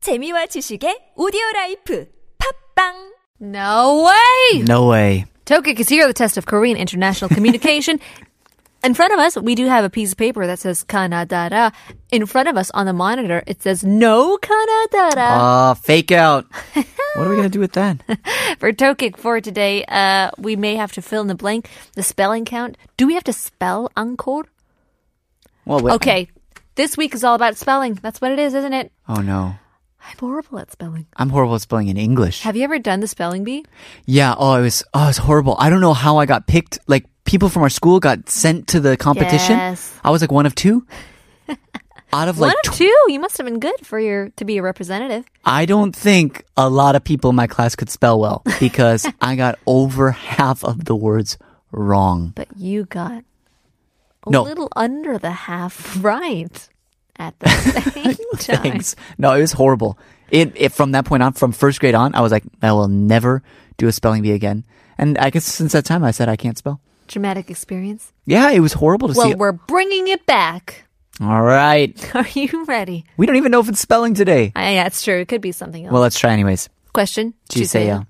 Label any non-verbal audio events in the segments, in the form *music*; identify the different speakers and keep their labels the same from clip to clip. Speaker 1: 재미와 지식의 오디오 라이프 팝빵
Speaker 2: No way!
Speaker 3: No way.
Speaker 2: Tokik is here, the test of Korean international
Speaker 3: *laughs*
Speaker 2: communication. in front of us, we do have a piece of paper that says Kanadara. In front of us on the monitor, it says no Kanadara.
Speaker 3: Uh, fake out. *laughs* what are we going to do with that? Uh.
Speaker 2: for Tokik for today, uh, we may have to fill in the blank, the spelling count. Do we have to spell encore?
Speaker 3: Well, wait.
Speaker 2: Okay, this week is all about spelling. That's what it is, isn't it?
Speaker 3: Oh, no.
Speaker 2: I'm horrible at spelling.
Speaker 3: I'm horrible at spelling in English.
Speaker 2: Have you ever done the spelling bee?
Speaker 3: yeah. Oh, it was, oh, it was horrible. I don't know how I got picked. Like, people from our school got sent to the competition.
Speaker 2: Yes.
Speaker 3: I was like one
Speaker 2: *laughs*
Speaker 3: of two. Out of like,
Speaker 2: One of
Speaker 3: tw-
Speaker 2: two. You must have been good for your to be a representative.
Speaker 3: I don't think a lot of people in my class could spell well
Speaker 2: *laughs*
Speaker 3: because I got over half of the words wrong.
Speaker 2: But you got a
Speaker 3: No.
Speaker 2: little under the half *laughs* right at
Speaker 3: *laughs*
Speaker 2: the same time.
Speaker 3: Thanks. No, it was horrible. It, it from that point on, from first grade on, I was like, I will never do a spelling bee again. And I guess since that time, I said I can't spell.
Speaker 2: Dramatic experience.
Speaker 3: Yeah, it was horrible to
Speaker 2: Well,
Speaker 3: see. It.
Speaker 2: we're bringing it back. *laughs*
Speaker 3: All right,
Speaker 2: Are you ready?
Speaker 3: we don't even know if it's spelling today.
Speaker 2: Ah, yeah, it's true. It could be something else.
Speaker 3: Well, let's try anyways.
Speaker 2: Question.
Speaker 3: 주세요.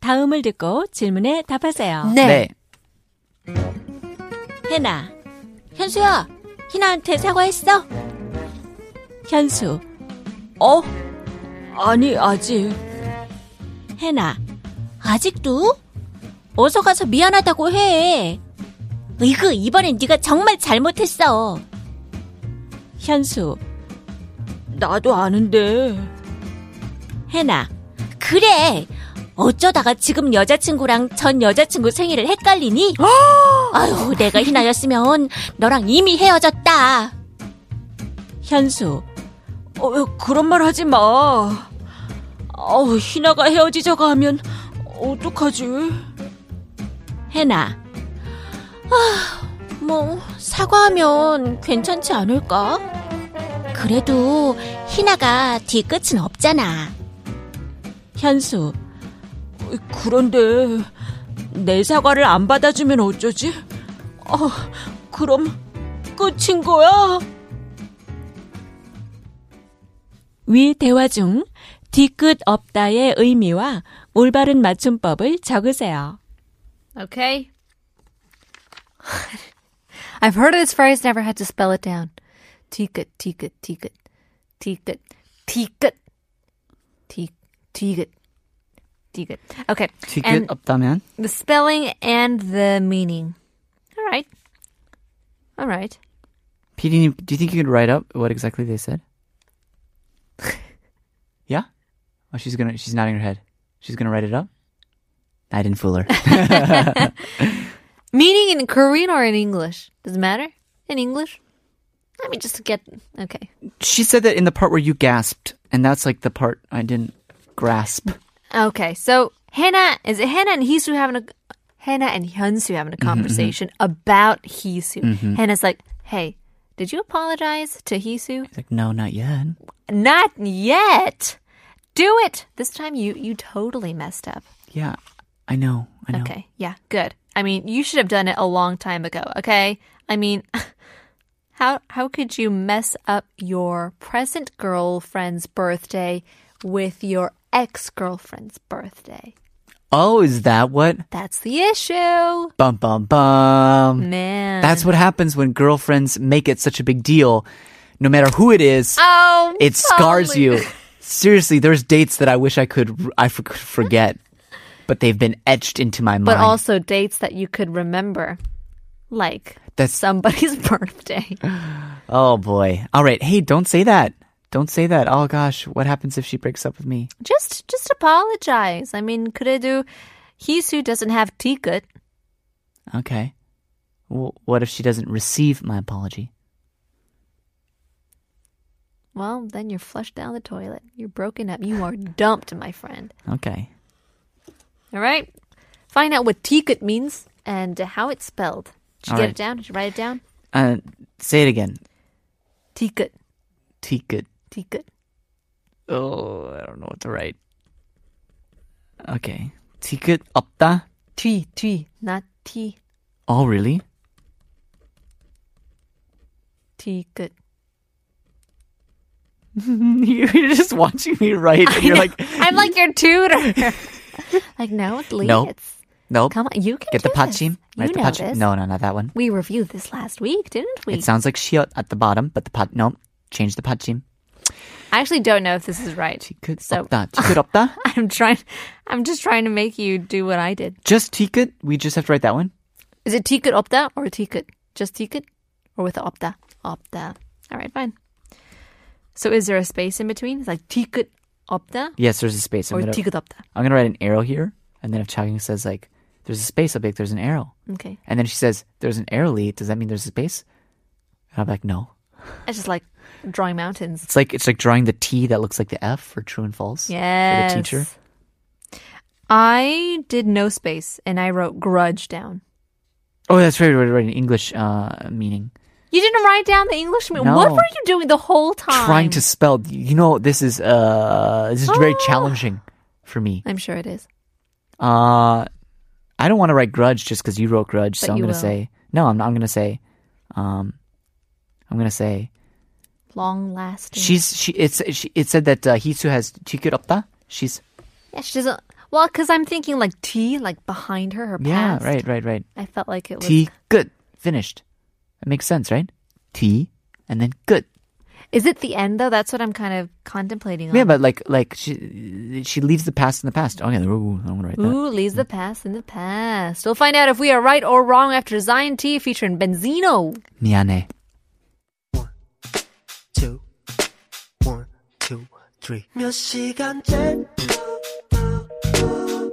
Speaker 4: 다음을 듣고 질문에 답하세요.
Speaker 2: 네.
Speaker 4: 해나. 현수야, 희나한테 사과했어? 현수. 어? 아니, 아직. 해나. 아직도? 어서 가서 미안하다고 해. 으이그, 이번엔 네가 정말 잘못했어. 현수. 나도 아는데. 해나. 그래. 어쩌다가 지금 여자친구랑 전 여자친구 생일을 헷갈리니? 아유, 내가 희나였으면 너랑 이미 헤어졌다. 현수. 어, 그런 말 하지 마. 어, 희나가 헤어지자고 하면 어떡하지? 해나. 아, 뭐 사과하면 괜찮지 않을까? 그래도 희나가 뒤끝은 없잖아. 현수. 어, 그런데 내 사과를 안 받아주면 어쩌지? 아, 그럼 끝인 거야? 위 대화 중 뒤끝 없다의 의미와 올바른 맞춤법을 적으세요.
Speaker 2: Okay. I've heard of this phrase, never had to spell it down. Ticket, ticket, ticket, ticket, ticket, ticket, ticket, ticket. Okay.
Speaker 3: 티켓
Speaker 2: And
Speaker 3: 없다면
Speaker 2: the spelling and the meaning. All right. All right.
Speaker 3: PD님, do you think you could write up what exactly
Speaker 2: *laughs*
Speaker 3: they said? yeah? Oh, she's gonna. She's nodding her head. She's gonna write it up. I didn't fool her.
Speaker 2: Meaning in Korean or in English? Does it matter? In English? Let me just get. Okay.
Speaker 3: she said that in the part where you gasped, and that's like the part I didn't grasp.
Speaker 2: Okay. So, Hannah, is it Hannah and Hisu having a. Hannah and Hyunsu having a conversation about Hisu. Hannah's like, hey, did you apologize to Hisu?
Speaker 3: It's like, no, not yet.
Speaker 2: Not yet. Do it. This time you you totally messed up.
Speaker 3: Yeah, I know. I know.
Speaker 2: Okay. Yeah. Good. I mean, you should have done it a long time ago. Okay. I mean, *laughs* how how could you mess up your present girlfriend's birthday with your ex girlfriend's birthday?
Speaker 3: Oh, is that what?
Speaker 2: That's the issue,
Speaker 3: Bum bum bum.
Speaker 2: Mm-hmm. man.
Speaker 3: That's what happens when girlfriends make it such a big deal. No matter who it is,
Speaker 2: oh,
Speaker 3: it scars
Speaker 2: holy-
Speaker 3: you. Seriously, there's dates that I wish I could I for- could forget, but they've been etched into
Speaker 2: *laughs*
Speaker 3: my
Speaker 2: But
Speaker 3: mind.
Speaker 2: also dates that you could remember, like
Speaker 3: that's
Speaker 2: somebody's *laughs* birthday.
Speaker 3: oh boy. All right, hey, don't say that. Don't say that. Oh gosh, what happens if she breaks up with me?
Speaker 2: just just apologize. I mean, 그래도 Hisu doesn't have ticket.
Speaker 3: Okay. W- what if she doesn't receive my apology?
Speaker 2: Well, then you're flushed down the toilet. You're broken up. You are dumped, my friend.
Speaker 3: Okay.
Speaker 2: All right? Find out what ticket means and how it's spelled. Did you
Speaker 3: All
Speaker 2: get
Speaker 3: right.
Speaker 2: it down? Did you write it down?
Speaker 3: Uh, say it again.
Speaker 2: Ticket.
Speaker 3: Ticket.
Speaker 2: Ticket.
Speaker 3: Oh, I don't know what to write. Okay. Ticket opta.
Speaker 2: Tui. Tui. Not ti.
Speaker 3: Oh, really? *laughs*
Speaker 2: Ticket.
Speaker 3: You're just watching me write, and you're like,
Speaker 2: I'm like your tutor. *laughs* like, no, Lee,
Speaker 3: Nope.
Speaker 2: it's
Speaker 3: nope.
Speaker 2: come on, you can
Speaker 3: Get the
Speaker 2: do this.
Speaker 3: pachim.
Speaker 2: You
Speaker 3: Right, the
Speaker 2: know
Speaker 3: pachim.
Speaker 2: this.
Speaker 3: No, no, not that one.
Speaker 2: We reviewed this last week, didn't we?
Speaker 3: It sounds like shiot at the bottom, but the pat no, change the pachim.
Speaker 2: I actually don't know if this is right.
Speaker 3: 티끝
Speaker 2: So-
Speaker 3: *laughs* 없다. 티끝 없다.
Speaker 2: *laughs* I'm trying. I'm just trying to make you do what I did.
Speaker 3: Just tikkut. We just have to write that one.
Speaker 2: Is it tikut opta or tikut? Just tikut, or with the opta? Opta. All right, fine. So is there a space in between? It's like tikut opta
Speaker 3: Yes, there's a space. I'm
Speaker 2: or
Speaker 3: gonna,
Speaker 2: tikut opta.
Speaker 3: I'm gonna write an arrow here, and then if Chagung says like, "There's a space," I'll be like, "There's an arrow,"
Speaker 2: Okay.
Speaker 3: and then she says, "There's an arrow, Lee." Does that mean there's a space? And I'm like, "No."
Speaker 2: It's just like drawing mountains.
Speaker 3: It's like it's like drawing the T that looks like the F for true and false.
Speaker 2: Yes.
Speaker 3: For the teacher.
Speaker 2: I did no space and I wrote grudge down.
Speaker 3: Oh, that's right. Right. Right. An English uh, meaning.
Speaker 2: You didn't write down the English. me-
Speaker 3: No.
Speaker 2: What were you doing the whole time?
Speaker 3: Trying to spell. You know, this is uh, this is
Speaker 2: *gasps*
Speaker 3: very challenging for me.
Speaker 2: I'm sure it is.
Speaker 3: Uh, I don't want to write grudge just because you wrote grudge.
Speaker 2: But
Speaker 3: so I'm
Speaker 2: you
Speaker 3: gonna
Speaker 2: will.
Speaker 3: say no. I'm not. I'm gonna say, um, I'm gonna say
Speaker 2: Long lasting.
Speaker 3: she's she. It's she, it said that uh, Hisu has chikurapta. She's
Speaker 2: Yeah, she doesn't. Well, because I'm thinking like tea, like behind her, her
Speaker 3: yeah.
Speaker 2: past.
Speaker 3: Right. Right. Right.
Speaker 2: I felt like it was.
Speaker 3: T good finished. That makes sense, right? T and then good.
Speaker 2: Is it the end though? That's what I'm kind of contemplating.
Speaker 3: Yeah,
Speaker 2: on.
Speaker 3: but like like she she leaves the past in the past. Okay, ooh, I'm gonna write that.
Speaker 2: Ooh, leaves the past in the past. We'll find out if we are right or wrong after Zion T featuring Benzino.
Speaker 3: 미안해.
Speaker 5: two, one, two, three. 몇 시간째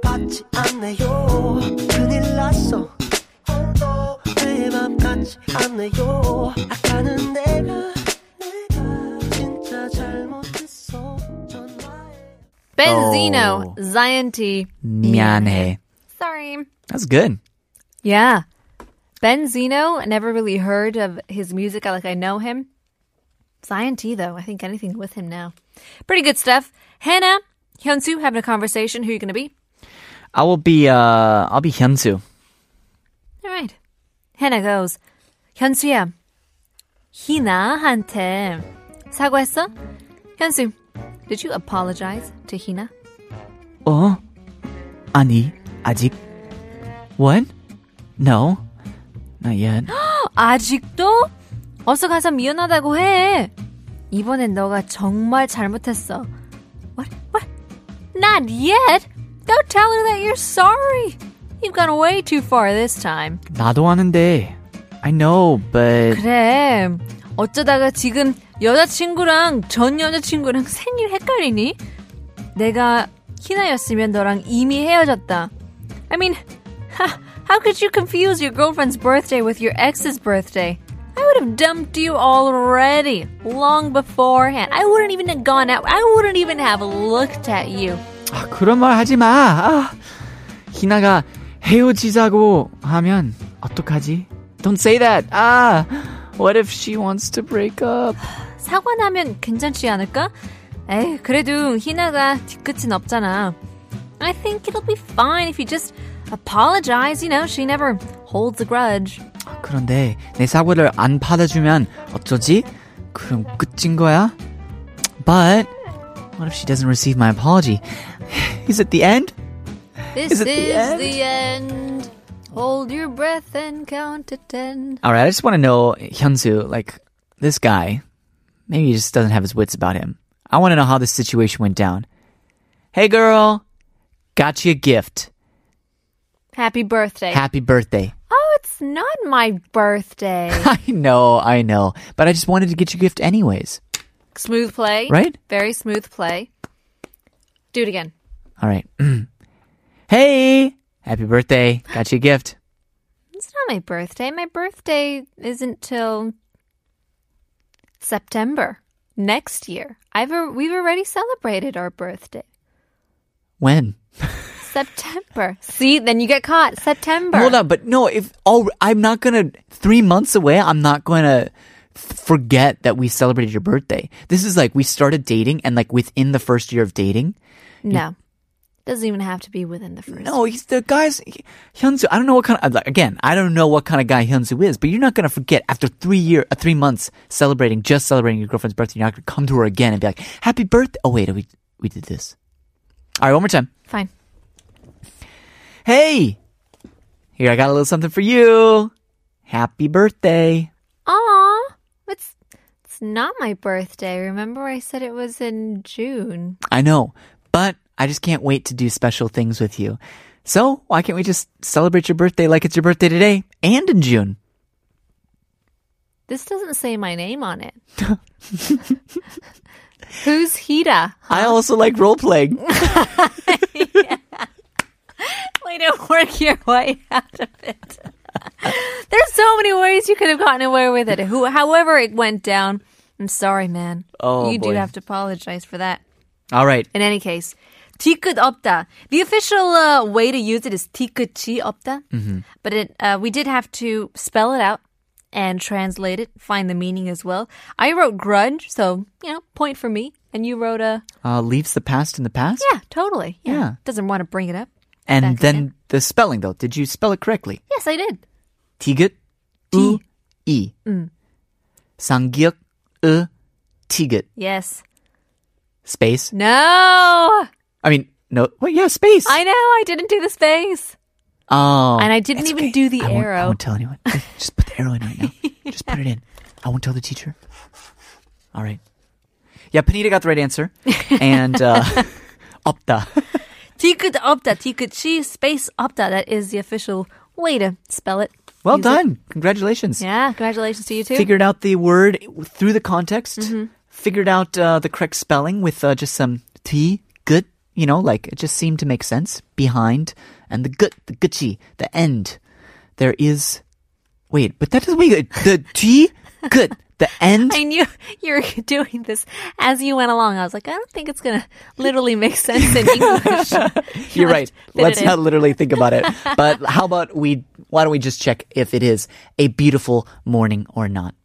Speaker 5: 받지 않네요. 큰일 났어. 오늘도 내맘 같지 않네요. 아까는 내가 내가 진짜 잘못했어. 전화해.
Speaker 2: Benzino, Zion T.
Speaker 3: 미안해.
Speaker 2: Sorry.
Speaker 3: That's good.
Speaker 2: Yeah. Benzino, I never really heard of his music. I like I know him. Zion T though, I think anything with him now. Pretty good stuff. Hannah, Hyunsu having a conversation. Who are you gonna be?
Speaker 3: I will be uh I'll be Hyunsu.
Speaker 2: All right. Hannah goes. 현수야, 희나한테 사과했어? 현수, did you apologize to 희나?
Speaker 3: 어? 아니, 아직. What? No. Not *gasps* yet.
Speaker 2: 아직도? 어서 가서 미안하다고 해. 이번엔 너가 정말 잘못했어. What? What? Not yet. Don't tell her that you're sorry. You've gone way too far this time.
Speaker 3: 나도 아는데. I know, but
Speaker 2: 그래. 어쩌다가 지금 여자친구랑 전 여자친구랑 생일 헷갈리니? 내가 희나였으면 너랑 이미 헤어졌다. I mean, how, how could you confuse your girlfriend's birthday with your ex's birthday? I would have dumped you already, long beforehand. I wouldn't even have gone out. I wouldn't even have looked at you.
Speaker 3: 아, 그런 말 하지 마. 아, 희나가 헤어지자고 하면 어떡하지? Don't say that. 아, what if she wants to break up?
Speaker 2: 사과 나면 괜찮지 않을까? 에이, 그래도 희나가 뒤끝은 없잖아. I think it'll be fine if you just apologize. You know, she never holds a grudge.
Speaker 3: 아, 그런데 내 사과를 안 받아주면 어쩌지? 그럼 끝인 거야? But what if she doesn't receive my apology? Is it the end?
Speaker 2: This is,
Speaker 3: Is it the end?
Speaker 2: the end. Hold your breath and count to ten.
Speaker 3: All right, I just want to know Hyunsu, like this guy, maybe he just doesn't have his wits about him. I want to know how this situation went down. Hey, girl, got you a gift.
Speaker 2: Happy birthday.
Speaker 3: Happy birthday. *laughs*
Speaker 2: oh, it's not my birthday.
Speaker 3: I know, I know, but I just wanted to get you a gift anyways.
Speaker 2: smooth play.
Speaker 3: Right?
Speaker 2: Very smooth play. Do it again.
Speaker 3: All right. *clears throat* hey, happy birthday. Got you a gift.
Speaker 2: It's not my birthday. My birthday isn't till September next year. I've al- we've already celebrated our birthday.
Speaker 3: When? *laughs*
Speaker 2: September. See, then you get caught. September.
Speaker 3: Hold on, but no, if oh, I'm not gonna three months away. I'm not gonna f- forget that we celebrated your birthday. This is like we started dating, and like within the first year of dating,
Speaker 2: No. Doesn't even have to be within the first.
Speaker 3: No, he's the guy's he- Hyunsu. I don't know what kind of like, again. I don't know what kind of guy Hyunsu is, but you're not gonna forget after three year, uh, three months celebrating, just celebrating your girlfriend's birthday. You're not gonna come to her again and be like, "Happy birthday!" Oh wait, we we did this. All right, one more time.
Speaker 2: Fine.
Speaker 3: Hey, here I got a little something for you. Happy birthday.
Speaker 2: Aw, it's it's not my birthday. Remember, I said it was in June.
Speaker 3: I know, but I just can't wait to do special things with you. So why can't we just celebrate your birthday like it's your birthday today and in June?
Speaker 2: This doesn't say my name on
Speaker 3: *laughs*
Speaker 2: it. Who's Hida?
Speaker 3: I also like
Speaker 2: *laughs*
Speaker 3: role playing.
Speaker 2: Way to work your way out of it. There's so many ways you could have gotten away with it. Who, however, it went down. I'm sorry, man.
Speaker 3: Oh,
Speaker 2: you
Speaker 3: boy.
Speaker 2: do have to apologize for that.
Speaker 3: All right.
Speaker 2: In any case, 뒤끝 없다. The official uh, way to use it is 뒤끝이 없다.
Speaker 3: Mm-hmm.
Speaker 2: But it, uh, we did have to spell it out and translate it, find the meaning as well. I wrote grudge, so, you know, point for me. And you wrote a,
Speaker 3: Uh, leaves the past in the past.
Speaker 2: yeah, totally. Yeah.
Speaker 3: Yeah.
Speaker 2: Doesn't want to bring it up.
Speaker 3: And
Speaker 2: Back
Speaker 3: then
Speaker 2: again.
Speaker 3: the spelling though. Did you spell it correctly?
Speaker 2: Yes, I did.
Speaker 3: 티귿 우 이.
Speaker 2: Mm.
Speaker 3: 상기역 으 티귿
Speaker 2: Yes.
Speaker 3: space.
Speaker 2: No!
Speaker 3: I mean, no. Well, yeah, space.
Speaker 2: I know, I didn't do the space.
Speaker 3: oh,
Speaker 2: And I didn't
Speaker 3: it's
Speaker 2: even do the
Speaker 3: I won't- I
Speaker 2: arrow.
Speaker 3: won't
Speaker 2: *laughs*
Speaker 3: tell anyone. Just- Just put the arrow in right now. Just put it in. I won't tell the teacher. All right. Yeah, Panita got the right answer, and uh,
Speaker 2: *laughs*
Speaker 3: opta.
Speaker 2: 뒤끝 없다, 뒤끝이 space 없다. That is the official way to spell it.
Speaker 3: Well
Speaker 2: Use it.
Speaker 3: done. Congratulations.
Speaker 2: Yeah, congratulations to you too.
Speaker 3: figured out the word through the context,
Speaker 2: Mm-hmm.
Speaker 3: figured out uh, the correct spelling with uh, just some t good, you know, like it just seemed to make sense behind and the good, the gucci, the end. There is wait, but that doesn't make it the t good, the end.
Speaker 2: I knew *laughs* you were doing this as you went along. I was like, I don't think it's going to literally make sense
Speaker 3: *laughs*
Speaker 2: in English.
Speaker 3: You're right.
Speaker 2: fit it
Speaker 3: Let's
Speaker 2: in.
Speaker 3: not literally think about it. But how about we? Why don't we just check if it is a beautiful morning or not?